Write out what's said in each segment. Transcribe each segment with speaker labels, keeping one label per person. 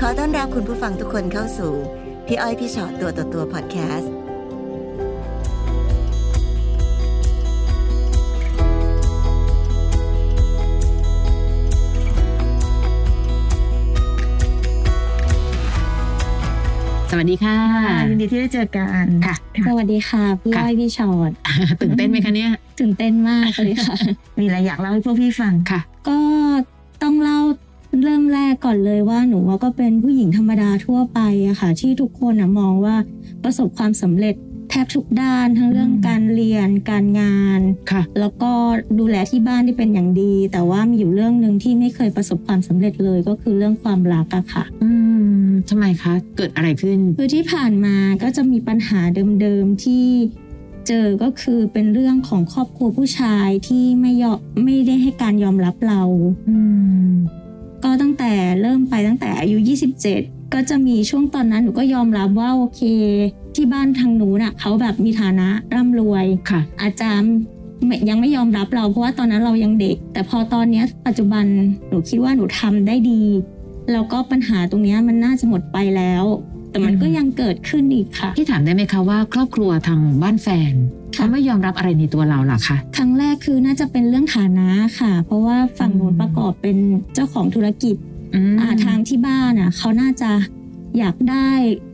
Speaker 1: ขอต้อนรับคุณผู้ฟังทุกคนเข้าสู่ พี่อ้อยพี่ชอตตัวต่อตัวพอดแคสต์
Speaker 2: สวัสดีค่ะ
Speaker 3: ยินดีที่ได้เจอกัน
Speaker 2: ค่ะ
Speaker 3: สวัสดีค่ะ พี่
Speaker 2: ค่ะ
Speaker 3: อ้อยพี่ชอต
Speaker 2: ตื่นเต้นไหมคะเนี่ย
Speaker 3: ตื่นเต้นมากเลย ค่ะ มีอะไรอยากเล่าให้พวกพี่ฟัง
Speaker 2: ค่ะ
Speaker 3: ก็ต้องเล่าเริ่มแรกก่อนเลยว่าหนูว่าก็เป็นผู้หญิงธรรมดาทั่วไปอะค่ะ ที่ทุกคนนะมองว่าประสบความสำเร็จแทบทุกด้านทั้งเรื่อง
Speaker 2: อืม
Speaker 3: การเรียนการงาน
Speaker 2: ค่ะ
Speaker 3: แล้วก็ดูแลที่บ้านได้เป็นอย่างดี แต่ว่ามีอยู่เรื่องหนึ่งที่ไม่เคยประสบความสำเร็จเลยก็คือเรื่องความรักอะค่ะ
Speaker 2: อืมทำไมคะ เกิดอะไรขึ้น
Speaker 3: คือที่ผ่านมาก็จะมีปัญหาเดิมๆที่เจอก็คือเป็นเรื่องของครอบครัวผู้ชายที่ไม่ยอมไม่ได้ให้การยอมรับเรา
Speaker 2: อืม
Speaker 3: ก็ตั้งแต่เริ่มไปตั้งแต่อายุ 27 ก็จะมีช่วงตอนนั้นหนูก็ยอมรับว่าโอเค ที่บ้านทางหนูน่ะเขาแบบมีฐานะร่ำรวย
Speaker 2: ค่ะ
Speaker 3: อาจจะไม่ยังไม่ยอมรับเราเพราะว่าตอนนั้นเรายังเด็ก แต่พอตอนเนี้ยปัจจุบันหนูคิดว่าหนูทำได้ดีแล้วก็ปัญหาตรงเนี้ยมันน่าจะหมดไปแล้ว แต่มันก็
Speaker 2: อืม
Speaker 3: ยังเกิดขึ้นอีกค่ะ
Speaker 2: พี่ถามได้ไหมคะว่าครอบครัวทางบ้านแฟนเขาไม่ยอมรับอะไรในตัวเราเหรอคะ
Speaker 3: ครั้งแรกคือน่าจะเป็นเรื่องฐานะค่ะ เพราะว่าฝั่งโน้น
Speaker 2: อืม
Speaker 3: ประกอบเป็นเจ้าของธุรกิจ
Speaker 2: อืม
Speaker 3: อ่าทางที่บ้านอ่ะเขาน่าจะอยากได้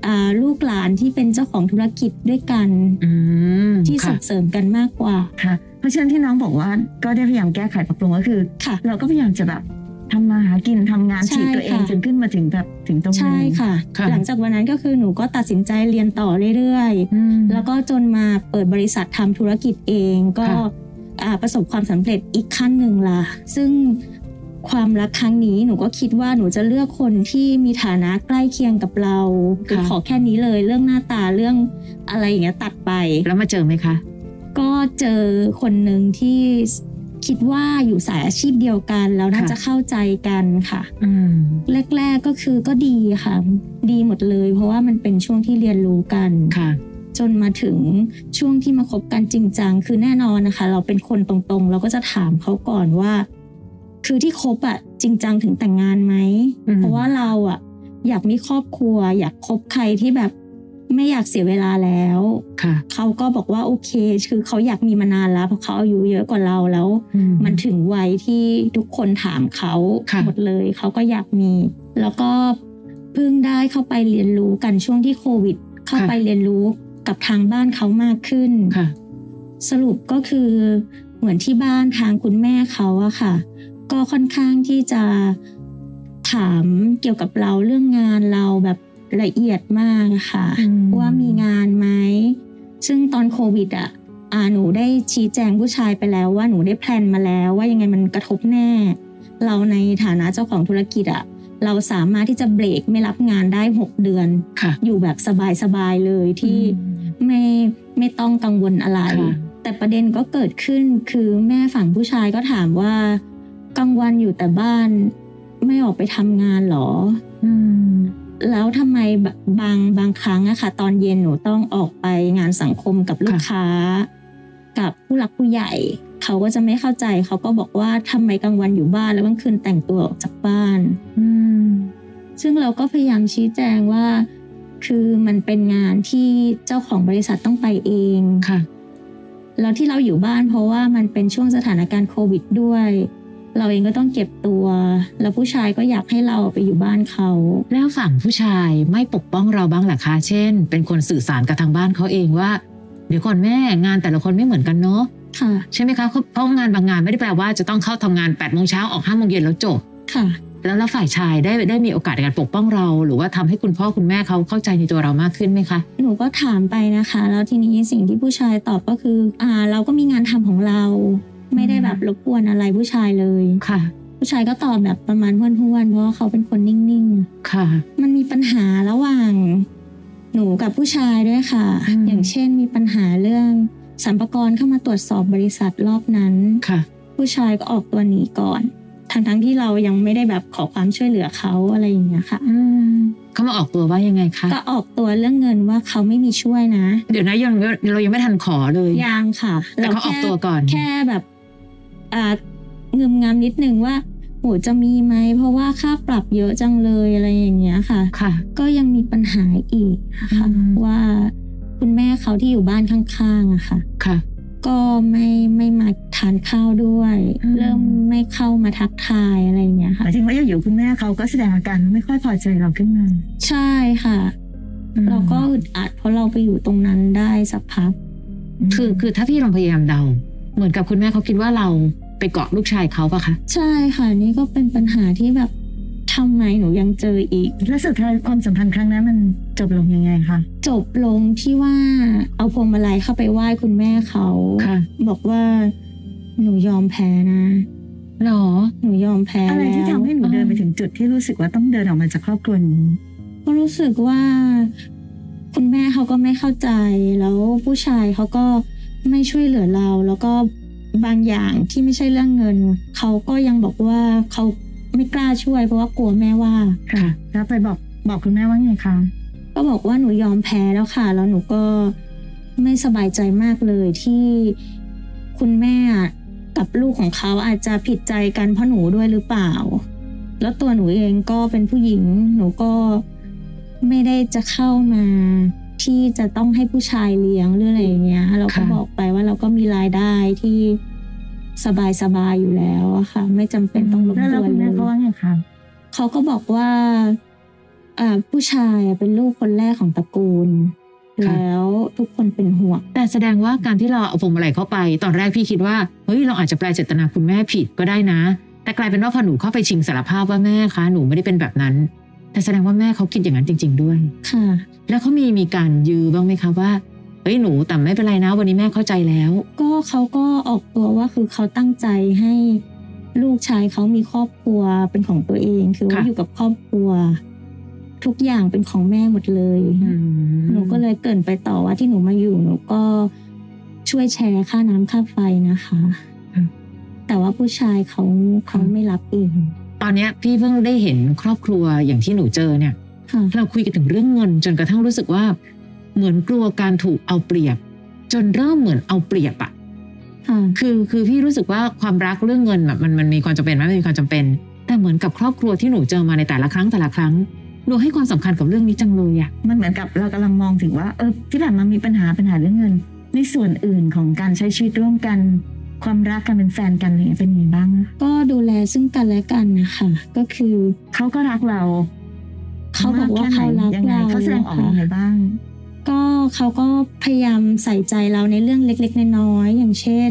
Speaker 3: อ่าลูกหลานที่เป็นเจ้าของธุรกิจด้วยกัน
Speaker 2: อืม
Speaker 3: ที่
Speaker 2: ค่ะ
Speaker 3: ส่งเสริมกันมากกว่า
Speaker 4: ค่ะ เพราะฉะนั้นที่น้องบอกว่าก็ได้พยายามแก้ไขปรับปรุงก็คือ
Speaker 3: ค่ะ
Speaker 4: เราก็พยายามจะแบบทำมาหากินทำงาน
Speaker 3: ใช่
Speaker 4: ฉีกตัวเอง
Speaker 3: ค่ะ
Speaker 4: จนขึ้นมาถึงแบบถึงตรงนี้
Speaker 3: ใช่ค่ะ
Speaker 2: ค่ะ
Speaker 3: หลังจากวันนั้นก็คือหนูก็ตัดสินใจเรียนต่อเรื่อย
Speaker 2: อืม
Speaker 3: ๆ แล้วก็จนมาเปิดบริษัททำธุรกิจเองก็
Speaker 2: ค่ะ
Speaker 3: อ่าประสบความสำเร็จอีกขั้นหนึ่งละซึ่งความรักครั้งนี้หนูก็คิดว่าหนูจะเลือกคนที่มีฐานะใกล้เคียงกับเราคือขอแค่นี้เลยเรื่องหน้าตาเรื่องอะไรอย่างเงี้ยตัดไป
Speaker 2: แล้วมาเจอไหมคะ
Speaker 3: ก็เจอคนหนึ่งที่คิดว่าอยู่สายอาชีพเดียวกันแล้วน่า
Speaker 2: ค่ะ
Speaker 3: จะเข้าใจกันค่ะ
Speaker 2: อืม
Speaker 3: แรกๆก็คือก็ดีค่ะ ดีหมดเลย เพราะว่ามันเป็นช่วงที่เรียนรู้กัน
Speaker 2: ค่ะ
Speaker 3: จนมาถึงช่วงที่มาคบกันจริงจังคือแน่นอนนะคะ เราเป็นคนตรงๆ เราก็จะถามเขาก่อนว่า คือที่คบอะจริงจังถึงแต่งงานไหม
Speaker 2: อืม
Speaker 3: เพราะว่าเราอะอยากมีครอบครัว อยากคบใครที่แบบไม่อยากเสียเวลาแล้ว
Speaker 2: ค่ะ
Speaker 3: เขาก็บอกว่าโอเค คือเขาอยากมีมานานแล้วเพราะเขาอายุเยอะกว่าเราแล้ว
Speaker 2: อื
Speaker 3: มันถึงวัยที่ทุกคนถามเขา
Speaker 2: ค่ะ
Speaker 3: หมดเลยเขาก็อยากมี แล้วก็เพิ่งได้เข้าไปเรียนรู้กันช่วงที่โควิด เข้าไปเรียนรู้กับทางบ้านเขามากขึ้น
Speaker 2: ค่ะ
Speaker 3: สรุปก็คือเหมือนที่บ้านทางคุณแม่เขาอะค่ะ ก็ค่อนข้างที่จะถามเกี่ยวกับเราเรื่องงานเราแบบละเอียดมากอะค่ะ
Speaker 2: อืม
Speaker 3: ว่ามีงานไหม ซึ่งตอนโควิดอะอ่าหนูได้ชี้แจงผู้ชายไปแล้วว่าหนูได้แพลนมาแล้วว่ายังไงมันกระทบแน่ เราในฐานะเจ้าของธุรกิจอะเราสามารถที่จะเบรกไม่รับงานได้ 6 เดือน
Speaker 2: ค่ะ
Speaker 3: อยู่แบบสบายๆเลยที่ ไม่ไม่ต้องกังวลอะไร
Speaker 2: ค่ะ
Speaker 3: แต่ประเด็นก็เกิดขึ้นคือแม่ฝั่งผู้ชายก็ถามว่ากลางวันอยู่แต่บ้านไม่ออกไปทำงานเหรอ
Speaker 2: อืม
Speaker 3: แล้วทำไมบบางบางครั้งอะค่ะ ตอนเย็นหนูต้องออกไปงานสังคมกับลูก
Speaker 2: ค่ะ
Speaker 3: ค้า กับผู้หลักผู้ใหญ่ เขาก็จะไม่เข้าใจเขาก็บอกว่าทำไมกลางวันอยู่บ้านแล้วกลางคืนแต่งตัวออกจากบ้าน
Speaker 2: อืม
Speaker 3: ซึ่งเราก็พยายามชี้แจงว่า คือมันเป็นงานที่เจ้าของบริษัทต้องไปเอง
Speaker 2: ค่ะ
Speaker 3: แล้วที่เราอยู่บ้านเพราะว่ามันเป็นช่วงสถานการณ์โควิดด้วย เราเองก็ต้องเก็บตัว แล้วผู้ชายก็อยากให้เราไปอยู่บ้านเขา
Speaker 2: แล้วฝั่งผู้ชายไม่ปกป้องเราบ้างเหรอคะ เช่น เป็นคนสื่อสารกับทางบ้านเขาเองว่า เดี๋ยวก่อนแม่งานแต่ละคนไม่เหมือนกันเนาะ
Speaker 3: ค่ะ
Speaker 2: ใช่ไหมคะเขาเพราะงานบางงานไม่ได้แปลว่าจะต้องเข้าทำงาน8ปดโมงเช้าออก5้าโมงเย็นแล้วจบ
Speaker 3: ค่ะ
Speaker 2: แล้วแล้วฝ่ายชายได้ได้มีโอกาสในการปกป้องเรา หรือว่าทำให้คุณพ่อคุณแม่เขาเข้าใจในตัวเรามากขึ้นไหมคะ
Speaker 3: หนูก็ถามไปนะคะ แล้วทีนี้สิ่งที่ผู้ชายตอบก็คือ อ่า เราก็มีงานทำของเรา ไม่ได้แบบรบกวนอะไรผู้ชายเลย
Speaker 2: ค่ะ
Speaker 3: ผู้ชายก็ตอบแบบประมาณห้วนๆเพราะว่าเขาเป็นคนนิ่งๆ
Speaker 2: ค่ะ
Speaker 3: มันมีปัญหาระหว่างหนูกับผู้ชายด้วยค่ะ
Speaker 2: อืม
Speaker 3: อย่างเช่นมีปัญหาเรื่องสัมปกรเข้ามาตรวจสอบบริษัทรอบนั้น
Speaker 2: ค่ะ
Speaker 3: ผู้ชายก็ออกตัวหนีก่อนทั้งทั้งๆที่เรายังไม่ได้แบบขอความช่วยเหลือเขาอะไรอย่างเงี้ยค่ะ
Speaker 2: อืมเขามาออกตัวว่ายังไงคะ
Speaker 3: ก็ออกตัวเรื่องเงินว่าเขาไม่มีช่วยนะ
Speaker 2: เดี๋ยวนะยังเรายังไม่ทันขอเลย
Speaker 3: ยังค่ะ
Speaker 2: แต่เขาออกตัวก่อน
Speaker 3: แค่แบบอ่าเงึมงามนิดนึงว่า โหจะมีไหมเพราะว่าค่าปรับเยอะจังเลยอะไรอย่างเงี้ยค่ะ
Speaker 2: ค่ะ
Speaker 3: ก็ยังมีปัญหาอีกค่ะ
Speaker 2: อืม
Speaker 3: ว่าคุณแม่เขาที่อยู่บ้านข้างๆอะค่ะ
Speaker 2: ค่ะ
Speaker 3: ก็ไม่ไม่มาทานข้าวด้วย
Speaker 4: อืม
Speaker 3: เริ่มไม่เข้ามาทักทายอะไรอย่างเงี้ย
Speaker 4: หมา
Speaker 3: ค่ะ
Speaker 4: ยถึงว่าอยู่ๆคุณแม่เขาก็แสดงอาการไม่ค่อยพอใจเราขึ้นมา
Speaker 3: ใช่ค่ะ
Speaker 4: อืม
Speaker 3: เราก็อึดอัดเพราะเราไปอยู่ตรงนั้นได้สักพัก
Speaker 4: ม
Speaker 2: คือคือถ้าพี่ลองพยายามเดา เหมือนกับคุณแม่เขาคิดว่าเราไปเกาะลูกชายเขาปะคะ
Speaker 3: ใช่ค่ะ นี่ก็เป็นปัญหาที่แบบทำไมหนูยังเจออีก
Speaker 4: แล้วสุดท้ายความสัมพันธ์ครั้งนั้นมันจบลงยังไงคะ
Speaker 3: จบลงที่ว่าเอาพวงมาลัยเข้าไปไหว้คุณแม่เขา
Speaker 2: ค่ะ
Speaker 3: บอกว่าหนูยอมแพ้นะ
Speaker 2: หรอ
Speaker 3: หนูยอมแพ้
Speaker 4: อะไรที่
Speaker 3: แล้ว
Speaker 4: ทำให้หนู
Speaker 2: อ่า
Speaker 4: เดินไปถึงจุดที่รู้สึกว่าต้องเดินออกมาจากครอบครัวนี้
Speaker 3: ก็รู้สึกว่าคุณแม่เขาก็ไม่เข้าใจ แล้วผู้ชายเขาก็ไม่ช่วยเหลือเรา แล้วก็บางอย่างที่ไม่ใช่เรื่องเงิน เขาก็ยังบอกว่าเขาไม่กล้าช่วยเพราะว่ากลัวแม่ว่า
Speaker 2: ค่ะ
Speaker 4: แล้วไปบอกบอกคุณแม่ว่าไงคะ
Speaker 3: ก็บอกว่าหนูยอมแพ้แล้วค่ะ แล้วหนูก็ไม่สบายใจมากเลยที่คุณแม่กับลูกของเขาอาจจะผิดใจกันเพราะหนูด้วยหรือเปล่า แล้วตัวหนูเองก็เป็นผู้หญิง หนูก็ไม่ได้จะเข้ามา ที่จะต้องให้ผู้ชายเลี้ยงหรืออะไรอย่างเงี้ย เราก็
Speaker 2: ค่ะ
Speaker 3: บอกไปว่าเราก็มีรายได้ที่สบายสบายๆอยู่แล้วอะค่ะ ไม่จำเป็นต้องรบกวน
Speaker 4: แล้วคุณแม่เขาว่าไงคะ
Speaker 3: เขาก็บอกว่าอ่าผู้ชายอ่ะเป็นลูกคนแรกของตระกูล
Speaker 2: ค่ะ
Speaker 3: แล้วทุกคนเป็นห่วง
Speaker 2: แต่แสดงว่าการที่เราเอาพวงมาลัยเข้าไป ตอนแรกพี่คิดว่าเฮ้ยเราอาจจะแปลเจตนาคุณแม่ผิดก็ได้นะ แต่กลายเป็นว่าพอหนูเข้าไปชิงสารภาพว่าแม่คะหนูไม่ได้เป็นแบบนั้น แต่แสดงว่าแม่เขาคิดอย่างนั้นจริง ๆ ด้วย
Speaker 3: ค่ะ
Speaker 2: แล้วเขามีมีการยื้อบ้างไหมคะว่าเฮ้ยหนูแต่ไม่เป็นไรนะ วันนี้แม่เข้าใจแล้ว
Speaker 3: ก็เขาก็ออกตัวว่าคือเขาตั้งใจให้ลูกชายเขามีครอบครัวเป็นของตัวเอง คือว่า
Speaker 2: ค่ะ
Speaker 3: อยู่กับครอบครัว ทุกอย่างเป็นของแม่หมดเลย หนูก็เลยเกรินไปต่อว่าที่หนูมาอยู่หนูก็ช่วยแชร์ค่าน้ำค่าไฟนะคะ
Speaker 2: ค่ะ
Speaker 3: แต่ว่าผู้ชายเขาเขาไม่รับเอง
Speaker 2: ตอนเนี้ยพี่เพิ่งได้เห็นครอบครัวอย่างที่หนูเจอเนี่ย
Speaker 3: ค่ะ
Speaker 2: เราคุยกันถึงเรื่องเงินจนกระทั่งรู้สึกว่า เหมือนกลัวการถูกเอาเปรียบ จนเริ่มเหมือนเอาเปรียบอะ
Speaker 3: ค่ะ
Speaker 2: คือคือพี่รู้สึกว่าความรักเรื่องเงินแบบมันมันมีความจำเป็นไหมมันมีความจำเป็น แต่เหมือนกับครอบครัวที่หนูเจอมาในแต่ละครั้งแต่ละครั้งหนูให้ความสำคัญกับเรื่องนี้จังเลยอะ
Speaker 4: มันเหมือนกับเรากำลังมองถึงว่าเออที่ผ่านมามีปัญหาปัญหาเรื่องเงิน ในส่วนอื่นของการใช้ชีวิตร่วมกัน ความรักกันเป็นแฟนกันอะไรอย่างเงี้ยเป็นยังไงบ้างอะ
Speaker 3: ก็ดูแลซึ่งกันและกันนะคะก็คือ
Speaker 4: เขาก็รักเรา
Speaker 3: เขาบอกว่าเขารัก
Speaker 4: ยังไง
Speaker 3: เรา
Speaker 4: เขาแสดงออกยังไง
Speaker 3: ค่ะ
Speaker 4: บ้าง
Speaker 3: ก็เขาก็พยายามใส่ใจเราในเรื่องเล็กๆน้อยๆอย่างเช่น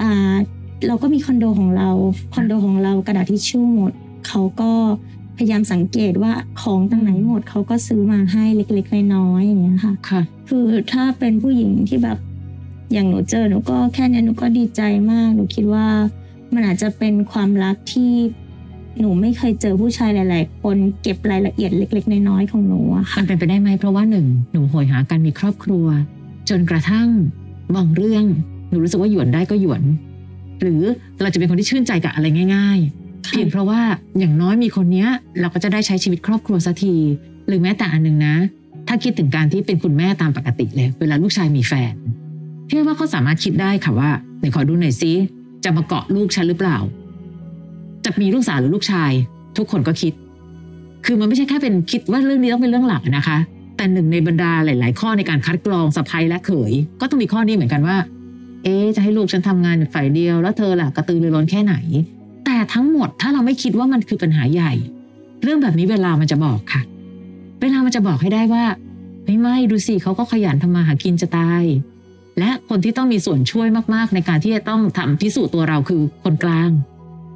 Speaker 3: อ่าเราก็มีคอนโดของเราคอนโดของเรากระดาษทิชชู่หมดเขาก็พยายามสังเกตว่าของตรงไหนหมดเขาก็ซื้อมาให้เล็กๆน้อยๆอย่างเงี้ยค่ะ
Speaker 2: ค่ะ
Speaker 3: คือถ้าเป็นผู้หญิงที่แบบอย่างหนูเจอหนูก็แค่เนี้ยหนูก็ดีใจมาก หนูคิดว่ามันอาจจะเป็นความรักที่หนูไม่เคยเจอผู้ชายหลาย ๆ คนเก็บรายละเอียดเล็ก ๆ น้อยๆของหนูอะค่ะ
Speaker 2: มันเป็นไปได้ไหมเพราะว่าหนึ่งหนูโหยหาการมีครอบครัว จนกระทั่งบางเรื่องหนูรู้สึกว่าหยวนได้ก็หยวน หรือเราจะเป็นคนที่ชื่นใจกับอะไรง่าย ๆ เพียงเพราะว่าอย่างน้อยมีคนเนี้ย เราก็จะได้ใช้ชีวิตครอบครัวสักที หรือแม้แต่อันหนึ่งนะ ถ้าคิดถึงการที่เป็นคุณแม่ตามปกติเลย เวลาลูกชายมีแฟนพี่ว่าเขาสามารถคิดได้ค่ะว่าไหนขอดูหน่อยซิจะมาเกาะลูกฉันหรือเปล่า จะมีลูกสาวหรือลูกชาย ทุกคนก็คิด คือมันไม่ใช่แค่เป็นคิดว่าเรื่องนี้ต้องเป็นเรื่องหลักนะคะ แต่หนึ่งในบรรดาหลาย ๆ ข้อในการคัดกรองสะพ้ยและเขย ก็ต้องมีข้อนี้เหมือนกันว่า เอ๊ะจะให้ลูกฉันทำงานฝ่ายเดียวแล้วเธอล่ะกระตือรือร้นแค่ไหน แต่ทั้งหมดถ้าเราไม่คิดว่ามันคือปัญหาใหญ่ เรื่องแบบนี้เวลามันจะบอกค่ะ เวลามันจะบอกให้ได้ว่า ไม่ไม่ดูสิเขาก็ขยันทำมาหากินจะตาย และคนที่ต้องมีส่วนช่วยมากๆ ในการที่จะต้องทำพิสูจน์ตัวเราคือคนกลาง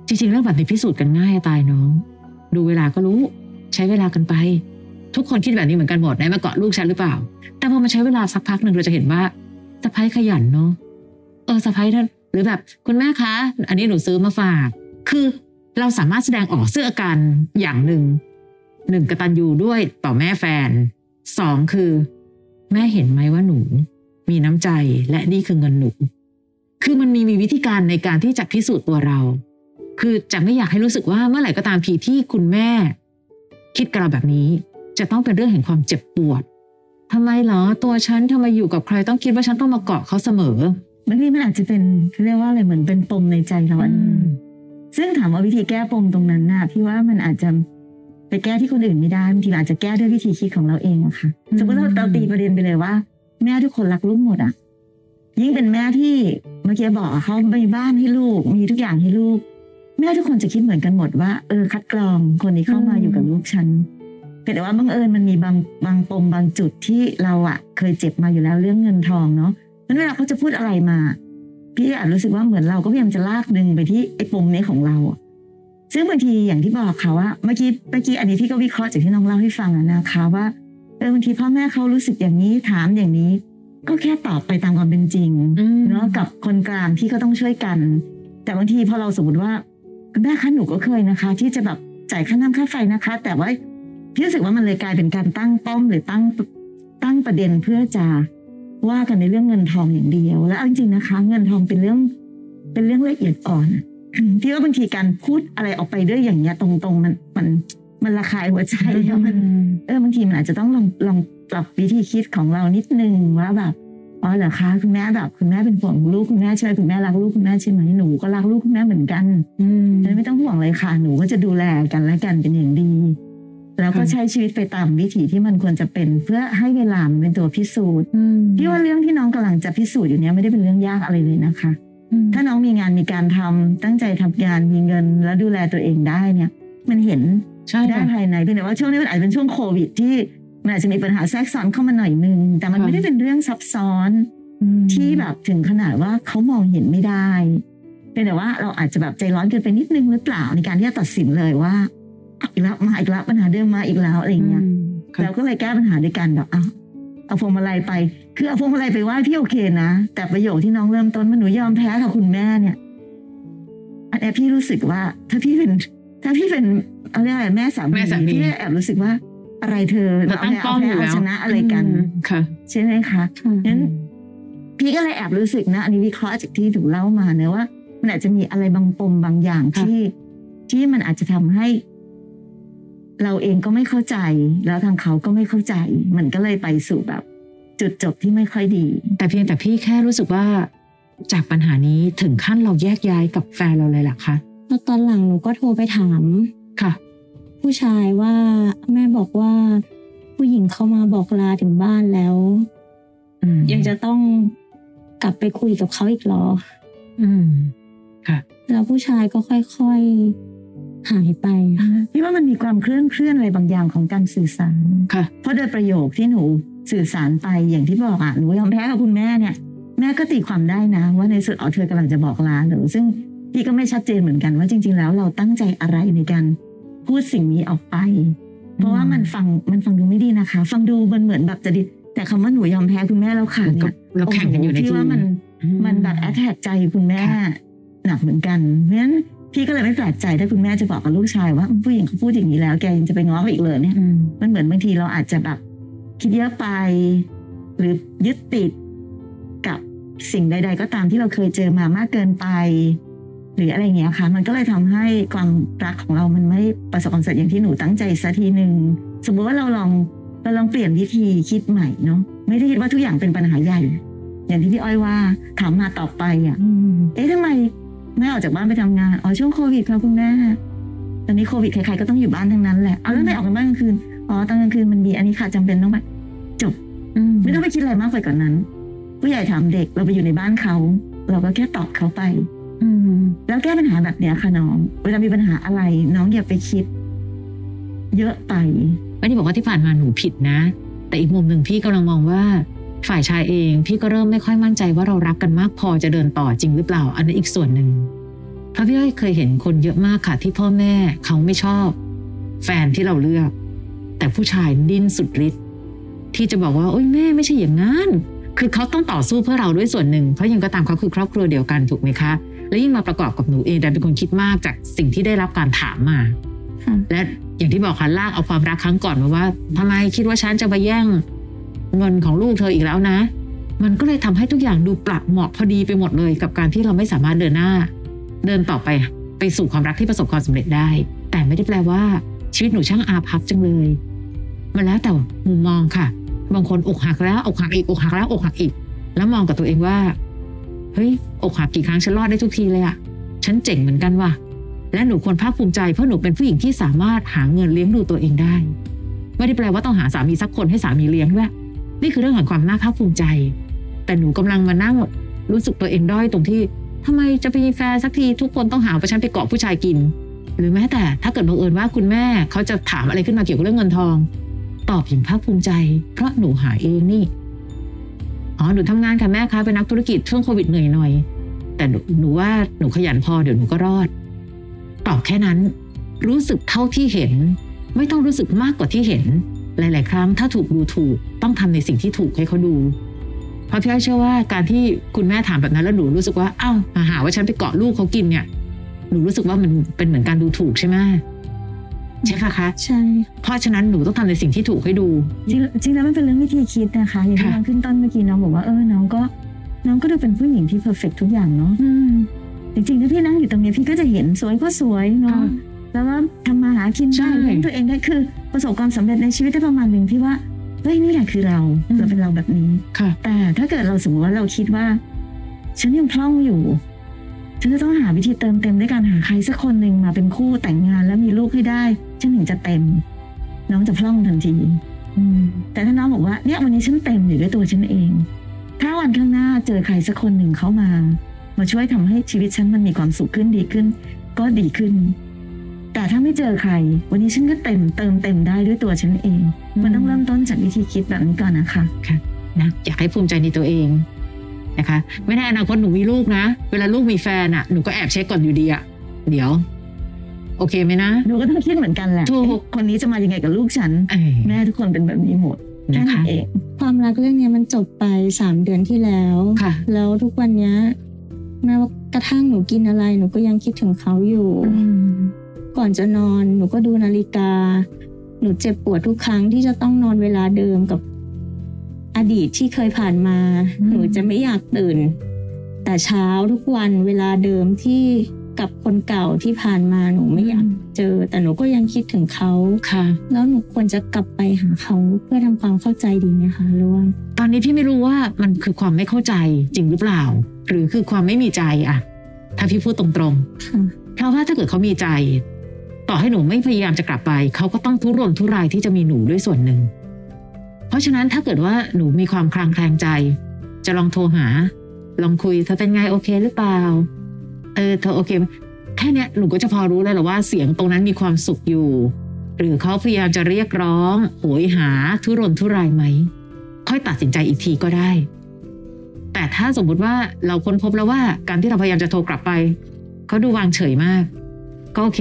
Speaker 2: จริงๆ เรื่องแบบนี้พิสูจน์กันง่ายอะตายน้อง ดูเวลาก็รู้ ใช้เวลากันไป ทุกคนคิดแบบนี้เหมือนกันหมดไหนมาเกาะลูกฉันหรือเปล่า แต่พอมาใช้เวลาสักพักหนึ่งเราจะเห็นว่าสะพ้ายขยันเนาะเออสะพ้ายนั่นหรือแบบคุณแม่คะ อันนี้หนูซื้อมาฝาก คือเราสามารถแสดงออกซึ่งอาการอย่างหนึ่งหนึ่งกตัญญูด้วยต่อแม่แฟนสองคือ แม่เห็นไหมว่าหนู มีน้ำใจและนี่คือเงินหนู คือมันมีมีวิธีการในการที่จะพิสูจน์ตัวเรา คือจะไม่อยากให้รู้สึกว่าเมื่อไหร่ก็ตามทีที่คุณแม่ คิดกับเราแบบนี้ จะต้องเป็นเรื่องแห่งความเจ็บปวดทำไมเหรอตัวฉันทำไมอยู่กับใครต้องคิดว่าฉันต้องมาเกาะเขาเสมอ
Speaker 4: บางทีมันอาจจะเป็นเขาเรียกว่าอะไรเหมือนเป็นปมในใจเราอันหนึ่ง
Speaker 2: อืม
Speaker 4: ซึ่งถามว่าวิธีแก้ปมตรงนั้นน่ะพี่ว่ามันอาจจะไปแก้ที่คนอื่นไม่ได้บางทีเราอาจจะแก้ด้วยวิธีคิดของเราเองอะค่ะสมมติเราเราตีประเด็นไปเลยว่า แม่ทุกคนรักลูกหมดอะยิ่งเป็นแม่ที่เมื่อกี้บอกอะเขามีบ้านให้ลูก มีทุกอย่างให้ลูก แม่ทุกคนจะคิดเหมือนกันหมดว่าเออคัดกรองคนนี้เข้ามา
Speaker 3: อืม
Speaker 4: อยู่กับลูกฉันแต่ว่าบังเอิญมันมีบางบางปมบางจุดที่เราอะเคยเจ็บมาอยู่แล้วเรื่องเงินทองเนาะนั้นเวลาเขาจะพูดอะไรมา พี่อาจรู้สึกว่าเหมือนเราก็พยายามจะลากดึงไปที่ไอ้ปมนี้ของเราอะซึ่งบางทีอย่างที่บอกค่ะว่าเมื่อกี้เมื่อกี้อันนี้พี่ก็วิเคราะห์จากที่น้องเล่าให้ฟังอะนะคะว่าเออบางทีพ่อแม่เขารู้สึกอย่างนี้ถามอย่างนี้ ก็แค่ตอบไปตามความเป็นจริง
Speaker 2: อืม
Speaker 4: เนาะกับคนกลางที่ก็ต้องช่วยกัน แต่บางทีพอเราสมมติว่าคุณแม่คะหนูก็เคยนะคะ ที่จะแบบจ่ายค่าน้ำค่าไฟนะคะ แต่ว่าพี่รู้สึกว่ามันเลยกลายเป็นการตั้งป้อมหรือตั้งตั้งประเด็นเพื่อจะว่ากันในเรื่องเงินทองอย่างเดียว แล้วเอาจริงๆนะคะ เงินทองเป็นเรื่องเป็นเรื่องละเอียดอ่อน พี่ว่าบางทีการพูดอะไรออกไปด้วยอย่างเงี้ยตรงๆ มันมันมันระคายหัวใจแล้วมัน เออบางทีมันอาจจะต้องลองลองปรับวิธีคิดของเรานิดนึงว่าแบบอ๋อเหรอคะคุณแม่แบบคุณแม่เป็นห่วงลูกคุณแม่ใช่ไหมคุณแม่รักลูกคุณแม่ใช่ไหมหนูก็รักลูกคุณแม่เหมือนกันฉะนั้นไม่ต้องห่วงเลยค่ะหนูก็จะดูแลกันและกันเป็นอย่างดี แล้วก็
Speaker 2: ค่ะ
Speaker 4: ใช้ชีวิตไปตามวิถีที่มันควรจะเป็นเพื่อให้เวลามันเป็นตัวพิสูจน์พี่ว่าเรื่องที่น้องกำลังจะพิสูจน์อยู่เนี้ยไม่ได้เป็นเรื่องยากอะไรเลยนะคะ ถ้าน้องมีงานมีการทำตั้งใจทำงานมีเงิน แล้วดูแลตัวเองได้เนี่ย มันเห็น
Speaker 2: ใช่
Speaker 4: ได้
Speaker 2: ค่ะ
Speaker 4: ภายในเพียงแต่ว่าช่วงนี้มันอาจจะเป็นช่วงโควิดที่มันอาจจะมีปัญหาแทรกซ้อนเข้ามาหน่อยนึง แต่มัน
Speaker 2: ค่ะ
Speaker 4: ไม่ได้เป็นเรื่องซับซ้อนที่แบบถึงขนาดว่าเขามองเห็นไม่ได้เพียงแต่ว่าเราอาจจะแบบใจร้อนเกินไปนิดนึงหรือเปล่าในการที่จะตัดสินเลยว่าอ่ะอีกแล้วมาอีกแล้วปัญหาเดิมมาอีกแล้วอะไรอย่างเงี้ย
Speaker 2: ค่ะ
Speaker 4: เราก็เลยแก้ปัญหาด้วยกันแบบเอาเอาพวงมาลัยไป คือเอาพวงมาลัยไปไหว้พี่โอเคนะ แต่ประโยคที่น้องเริ่มต้นว่าหนูยอมแพ้ค่ะคุณแม่เนี่ย อันนี้พี่รู้สึกว่า ถ้าพี่เป็น ถ้าพี่เป็นเอาเรียกอะไรแม่สามี
Speaker 2: แม่สามี
Speaker 4: พี่แอบรู้สึกว่า อะไรเธอ
Speaker 2: เราตั้งป้อมอยู่
Speaker 4: เอา
Speaker 2: แล้ว
Speaker 4: ชนะอะไรกัน
Speaker 2: ค่ะ
Speaker 4: ใช่ไหมคะ
Speaker 3: ค่ะ
Speaker 4: งั้นพี่ก็เลยแอบรู้สึกนะอันนี้วิเคราะห์จากที่ถูกเล่ามาเนอะว่า มันอาจจะมีอะไรบางปมบางอย่าง
Speaker 2: ค่ะ
Speaker 4: ที่ที่มันอาจจะทำให้ เราเองก็ไม่เข้าใจ แล้วทางเขาก็ไม่เข้าใจ มันก็เลยไปสู่แบบ จุดจบที่ไม่ค่อยดี
Speaker 2: แต่เพียงแต่พี่แค่รู้สึกว่า จากปัญหานี้ถึงขั้นเราแยกย้ายกับแฟนเราเลยล่ะคะ
Speaker 3: แล้วตอนหลังหนูก็โทรไปถาม
Speaker 2: ค่ะ
Speaker 3: ผู้ชายว่าแม่บอกว่า ผู้หญิงเข้ามาบอกลาถึงบ้านแล้ว
Speaker 2: อืม
Speaker 3: ยังจะต้องกลับไปคุยกับเขาอีกเหรอ
Speaker 2: อืม
Speaker 3: แล้วผู้ชายก็ค่อยๆหายไป
Speaker 4: พี่ว่ามันมีความเคลื่อนเคลื่อนอะไรบางอย่างของการสื่อสาร
Speaker 2: ค่ะ
Speaker 4: เพราะโดยประโยคที่หนูสื่อสารไปอย่างที่บอกอ่ะหนูยอมแพ้กับคุณแม่เนี่ย แม่ก็ตีความได้นะ ว่าในสุดอ๋อเธอกำลังจะบอกลาหนูซึ่งพี่ก็ไม่ชัดเจนเหมือนกันว่าจริง ๆ แล้วเราตั้งใจอะไรในการพูดสิ่งนี้ออกไป เพราะว่ามันฟังมันฟังดูไม่ดีนะคะ ฟังดูมันเหมือนแบบจะดีแต่คำว่าหนูยอมแพ้คุณแม่แล้วค่ะเนี่ย
Speaker 2: เราแข่งกันอยู่ใน
Speaker 4: โโหพี่
Speaker 2: ที่
Speaker 4: ว่ามัน
Speaker 2: อื
Speaker 4: มันแบบแอทแทกใจคุณแม่
Speaker 2: ค่ะ
Speaker 4: หนักเหมือนกันเพราะฉะนั้นพี่ก็เลยไม่แปลกใจถ้าคุณแม่จะบอกกับลูกชายว่าผู้หญิงเขาพูดอย่างนี้แล้วแกยังจะไปง้อเขาอีกเลยเนี่ย
Speaker 2: อืม
Speaker 4: มันเหมือนบางทีเราอาจจะแบบคิดเยอะไป หรือยึดติดกับสิ่งใด ๆ ก็ตามที่เราเคยเจอมามากเกินไป หรืออะไรอย่างเงี้ยค่ะ มันก็เลยทำให้ความรักของเรามันไม่ประสบความสำเร็จอย่างที่หนูตั้งใจสักทีหนึ่งสมมติว่าเราลองเราลองเปลี่ยนวิธีคิดใหม่เนาะไม่ได้คิดว่าทุกอย่างเป็นปัญหาใหญ่ อย่างที่พี่อ้อยว่าถามมาต่อไปอ่ะ เอ๊ะทำไมแม่ออกจากบ้านไปทำงาน อ๋อช่วงโควิดค่ะคุณแม่ ตอนนี้โควิดใครๆก็ต้องอยู่บ้านทั้งนั้นแหละ เอาแล้วทำไม่ออกกันบ้านกลางคืน อ๋อตอนกลางคืนมันมีอันนี้ค่ะจำเป็นต้องไปจบ ไม่ต้องไปคิดอะไรมากไปกว่านนั้น ผู้ใหญ่ถามเด็กเราไปอยู่ในบ้านเขา เราก็แค่ตอบเขาไป แล้วแก้ปัญหาแบบเนี้ยค่ะน้อง เวลามีปัญหาอะไร น้องอย่าไปคิด เยอะไป
Speaker 2: ไม่ได้บอกว่าที่ผ่านมาหนูผิดนะ แต่อีกมุมหนึ่งพี่กำลังมองว่า ฝ่ายชายเอง พี่ก็เริ่มไม่ค่อยมั่นใจว่าเรารักกันมากพอจะเดินต่อจริงหรือเปล่า อันนั้นอีกส่วนหนึ่งเพราะพี่อ้อยเคยเห็นคนเยอะมากค่ะ ที่พ่อแม่เขาไม่ชอบ แฟนที่เราเลือก แต่ผู้ชายดิ้นสุดฤทธิ์ที่จะบอกว่าโอ๊ยแม่ไม่ใช่อย่างนั้นคือเขาต้องต่อสู้เพื่อเราด้วยส่วนหนึ่งเพราะยังก็ตามเขาคือครอบครัวเดียวกันถูกไหมคะ แล้วยิ่งมาประกอบกับหนูเองดันเป็นคนคิดมากจากสิ่งที่ได้รับการถามมา
Speaker 3: ค่ะ
Speaker 2: และอย่างที่บอกค่ะลากเอาความรักครั้งก่อนมาว่าทำไมคิดว่าฉันจะไปแย่งเงินของลูกเธออีกแล้วนะ มันก็เลยทำให้ทุกอย่างดูปรับเหมาะพอดีไปหมดเลย กับการที่เราไม่สามารถเดินหน้า เดินต่อไปไปสู่ความรักที่ประสบความสำเร็จได้ แต่ไม่ได้แปลว่า ชีวิตหนูช่างอาภัพจังเลย มันแล้วแต่มุมมองค่ะ บางคนอกหักแล้วอกหักอีกอกหักแล้วอกหักอีก แล้วมองกับตัวเองว่าเฮ้ยอกหักกี่ครั้งฉันรอดได้ทุกทีเลยอะฉันเจ๋งเหมือนกันว่ะ และหนูควรภาคภูมิใจเพราะหนูเป็นผู้หญิงที่สามารถหาเงินเลี้ยงดูตัวเองได้ ไม่ได้แปลว่าต้องหาสามีสักคนให้สามีเลี้ยงด้วยนี่คือเรื่องของความน่าภาคภูมิใจ แต่หนูกำลังมานั่งรู้สึกตัวเองด้อยตรงที่ทำไมจะไปมีแฟนสักทีทุกคนต้องหาว่าฉันไปเกาะผู้ชายกิน หรือแม้แต่ถ้าเกิดบังเอิญว่าคุณแม่เขาจะถามอะไรขึ้นมาเกี่ยวกับเรื่องเงินทอง ตอบอย่างภาคภูมิใจ เพราะหนูหาเองนี่ อ๋อหนูทำงานค่ะแม่คะเป็นนักธุรกิจช่วงโควิดเหนื่อยหน่อย แต่หนูหนูว่าหนูขยันพอเดี๋ยวหนูก็รอด ตอบแค่นั้น รู้สึกเท่าที่เห็น ไม่ต้องรู้สึกมากกว่าที่เห็น หลาย ๆ ครั้งถ้าถูกดูถูกต้องทำในสิ่งที่ถูกให้เขาดู เพราะพี่อ้อยเชื่อว่าการที่คุณแม่ถามแบบนั้นแล้วหนูรู้สึกว่าอ้าวมาหาว่าฉันไปเกาะลูกเขากินเนี่ย หนูรู้สึกว่ามันเป็นเหมือนการดูถูกใช่ไหมใช่ปะคะ
Speaker 3: ใช่
Speaker 2: เพราะฉะนั้นหนูต้องทำในสิ่งที่ถูกให้ดู
Speaker 4: จริงจริงแล้วมันเป็นเรื่องวิธีคิดนะคะอย่างที่
Speaker 2: ค่ะ
Speaker 4: น้องขึ้นต้นเมื่อกี้น้องบอกว่าเออน้องก็น้องก็ดูเป็นผู้หญิงที่เพอร์เฟกทุกอย่างเนาะ
Speaker 3: อืม
Speaker 4: จริงๆถ้าพี่นั่งอยู่ตรงเนี้ยพี่ก็จะเห็นสวยก็สวยเนาะ
Speaker 2: ค่ะ
Speaker 4: แล้วว่าทำมาหากิน
Speaker 2: ใช่
Speaker 4: ได้เลี้ยงตัวเองได้คือประสบความสำเร็จในชีวิตได้ประมาณหนึ่งพี่ว่าเฮ้ยนี่แหละคือเรา
Speaker 2: อืม
Speaker 4: เราเป็นเราแบบนี้
Speaker 2: ค่ะ
Speaker 4: แต่ถ้าเกิดเราสมมติว่าเราคิดว่า ฉันยังพร่องอยู่ฉันจะต้องหาวิธีเติมเต็มด้วยการหาใครสักคนหนึ่งมาเป็นคู่แต่งงานแล้วมีลูกให้ได้ ฉันถึงจะเต็ม น้องจะพร่องทันที แต่ถ้าน้องบอกว่าเนี่ยวันนี้ฉันเต็มอยู่ด้วยตัวฉันเอง ถ้าวันข้างหน้าเจอใครสักคนหนึ่งเข้ามา มาช่วยทำให้ชีวิตฉันมันมีความสุขขึ้นดีขึ้น ก็ดีขึ้น แต่ถ้าไม่เจอใคร วันนี้ฉันก็เต็มเติมเต็มได้ด้วยตัวฉันเอง มันต้องเริ่มต้นจากวิธีคิดแบบนี้ก่อนนะคะ
Speaker 2: นะอยากให้ภูมิใจในตัวเองนะคะ ไม่แน่อนาคตหนูมีลูกนะ เวลาลูกมีแฟนอะหนูก็แอบเช็คก่อนอยู่ดีอะเดี๋ยว โอเคไหมนะ
Speaker 4: หนูก็ต้องคิดเหมือนกันแหละ
Speaker 2: ถูก
Speaker 4: เอ๊ะคนนี้จะมายังไงกับลูกฉัน
Speaker 2: เอ้ย
Speaker 4: แม่ทุกคนเป็นแบบนี้หมดแค่
Speaker 2: นะ
Speaker 4: นั้
Speaker 2: คะ
Speaker 4: นเอง
Speaker 3: ความรักเรื่องเนี้ยมันจบไปสามเดือนที่แล้ว
Speaker 2: ค่ะ
Speaker 3: แล้วทุกวันเนี้ยแม้ว่ากระทั่งหนูกินอะไรหนูก็ยังคิดถึงเขาอยู่ ก่อนจะนอนหนูก็ดูนาฬิกา หนูเจ็บปวดทุกครั้งที่จะต้องนอนเวลาเดิมกับอดีตที่เคยผ่านมา
Speaker 2: อืม
Speaker 3: หนูจะไม่อยากตื่น แต่เช้าทุกวันเวลาเดิมที่กับคนเก่าที่ผ่านมาหนูไม่อยากเจอ แต่หนูก็ยังคิดถึงเขา
Speaker 2: ค่ะ
Speaker 3: แล้วหนูควรจะกลับไปหาเขาเพื่อทำความเข้าใจดีไหมคะหรือว่า
Speaker 2: ตอนนี้พี่ไม่รู้ว่ามันคือความไม่เข้าใจจริงหรือเปล่า หรือคือความไม่มีใจอะถ้าพี่พูดตรง
Speaker 3: ค่ะ
Speaker 2: ๆเพราะว่าถ้าเกิดเขามีใจ ต่อให้หนูไม่พยายามจะกลับไป เขาก็ต้องทุรนทุรายที่จะมีหนูด้วยส่วนหนึ่ง เพราะฉะนั้นถ้าเกิดว่าหนูมีความคลางแคลงใจ จะลองโทรหา ลองคุยเธอเป็นไงโอเคหรือเปล่า เออเธอโอเคไหมแค่เนี้ยหนูก็จะพอรู้แล้วหรอว่าเสียงตรงนั้นมีความสุขอยู่ หรือเขาพยายามจะเรียกร้องโหยหาทุรนทุรายไหม ค่อยตัดสินใจอีกทีก็ได้ แต่ถ้าสมมุติว่าเราค้นพบแล้วว่าการที่เราพยายามจะโทรกลับไป เขาดูวางเฉยมาก ก็โอเค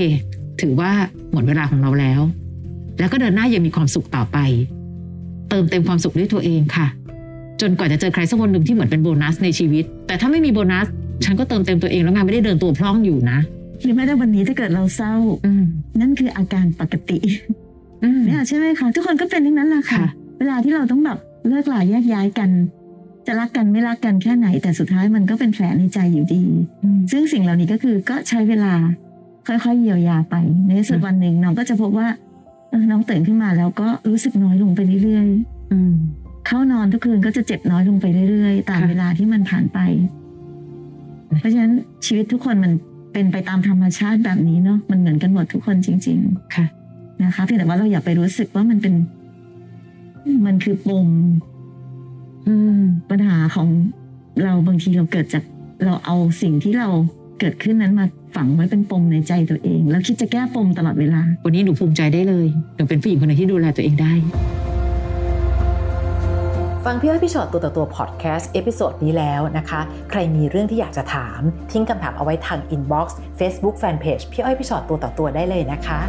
Speaker 2: ถือว่าหมดเวลาของเราแล้ว แล้วก็เดินหน้ายังมีความสุขต่อไป เติมเต็มความสุขด้วยตัวเองค่ะ จนกว่าจะเจอใครสักคนหนึ่งที่เหมือนเป็นโบนัสในชีวิต แต่ถ้าไม่มีโบนัส ฉันก็เติมเต็มตัวเองแล้วงานไม่ได้เดินตัวพร่องอยู่นะ
Speaker 4: หรือแม้แต่วันนี้ถ้าเกิดเราเศร้า
Speaker 2: อืม
Speaker 4: นั่นคืออาการปกติ
Speaker 2: อืม
Speaker 4: เนี่ยใช่ไหมคะทุกคนก็เป็นทั้งนั้นแหละค่ะ
Speaker 2: ค่ะ
Speaker 4: เวลาที่เราต้องแบบเลิกลาแยกย้ายกัน จะรักกันไม่รักกันแค่ไหน แต่สุดท้ายมันก็เป็นแผลในใจอยู่ดี
Speaker 2: อืม
Speaker 4: ซึ่งสิ่งเหล่านี้ก็คือก็ใช้เวลาค่อยๆเยียวยาไป ในที่สุด
Speaker 2: ค่ะ
Speaker 4: วันหนึ่งน้องก็จะพบว่าเออน้องตื่นขึ้นมาแล้วก็รู้สึกน้อยลงไปเรื่อยๆ
Speaker 2: อืม
Speaker 4: เข้านอนทุกคืนก็จะเจ็บน้อยลงไปเรื่อยๆ ตาม
Speaker 2: ค่ะ
Speaker 4: เวลาที่มันผ่านไป
Speaker 2: นะ
Speaker 4: เพราะฉะนั้นชีวิตทุกคนมันเป็นไปตามธรรมชาติแบบนี้เนาะมันเหมือนกันหมดทุกคนจริง
Speaker 2: ค่ะ
Speaker 4: ๆ นะคะเพียงแต่ว่าเราอย่าไปรู้สึกว่ามันเป็น มันคือปม
Speaker 2: อืม
Speaker 4: ปัญหาของเราบางทีเราเกิดจากเราเอาสิ่งที่เราเกิดขึ้นนั้นมาฝังไว้เป็นปมในใจตัวเอง แล้วคิดจะแก้ปมตลอดเวลา
Speaker 2: วันนี้หนูภูมิใจได้เลย หนูเป็นผู้หญิงคนหนึ่งที่ดูแลตัวเองได้
Speaker 5: ฟังพี่อ้อยพี่ชอตตัวต่อตัวพอดแคสต์เอพิโซดนี้แล้วนะคะ ใครมีเรื่องที่อยากจะถาม ทิ้งคำถามเอาไว้ทางอินบ็อกซ์เฟซบุ๊กแฟนเพจพี่อ้อยพี่ชอตตัวต่อตัวได้เลยนะคะ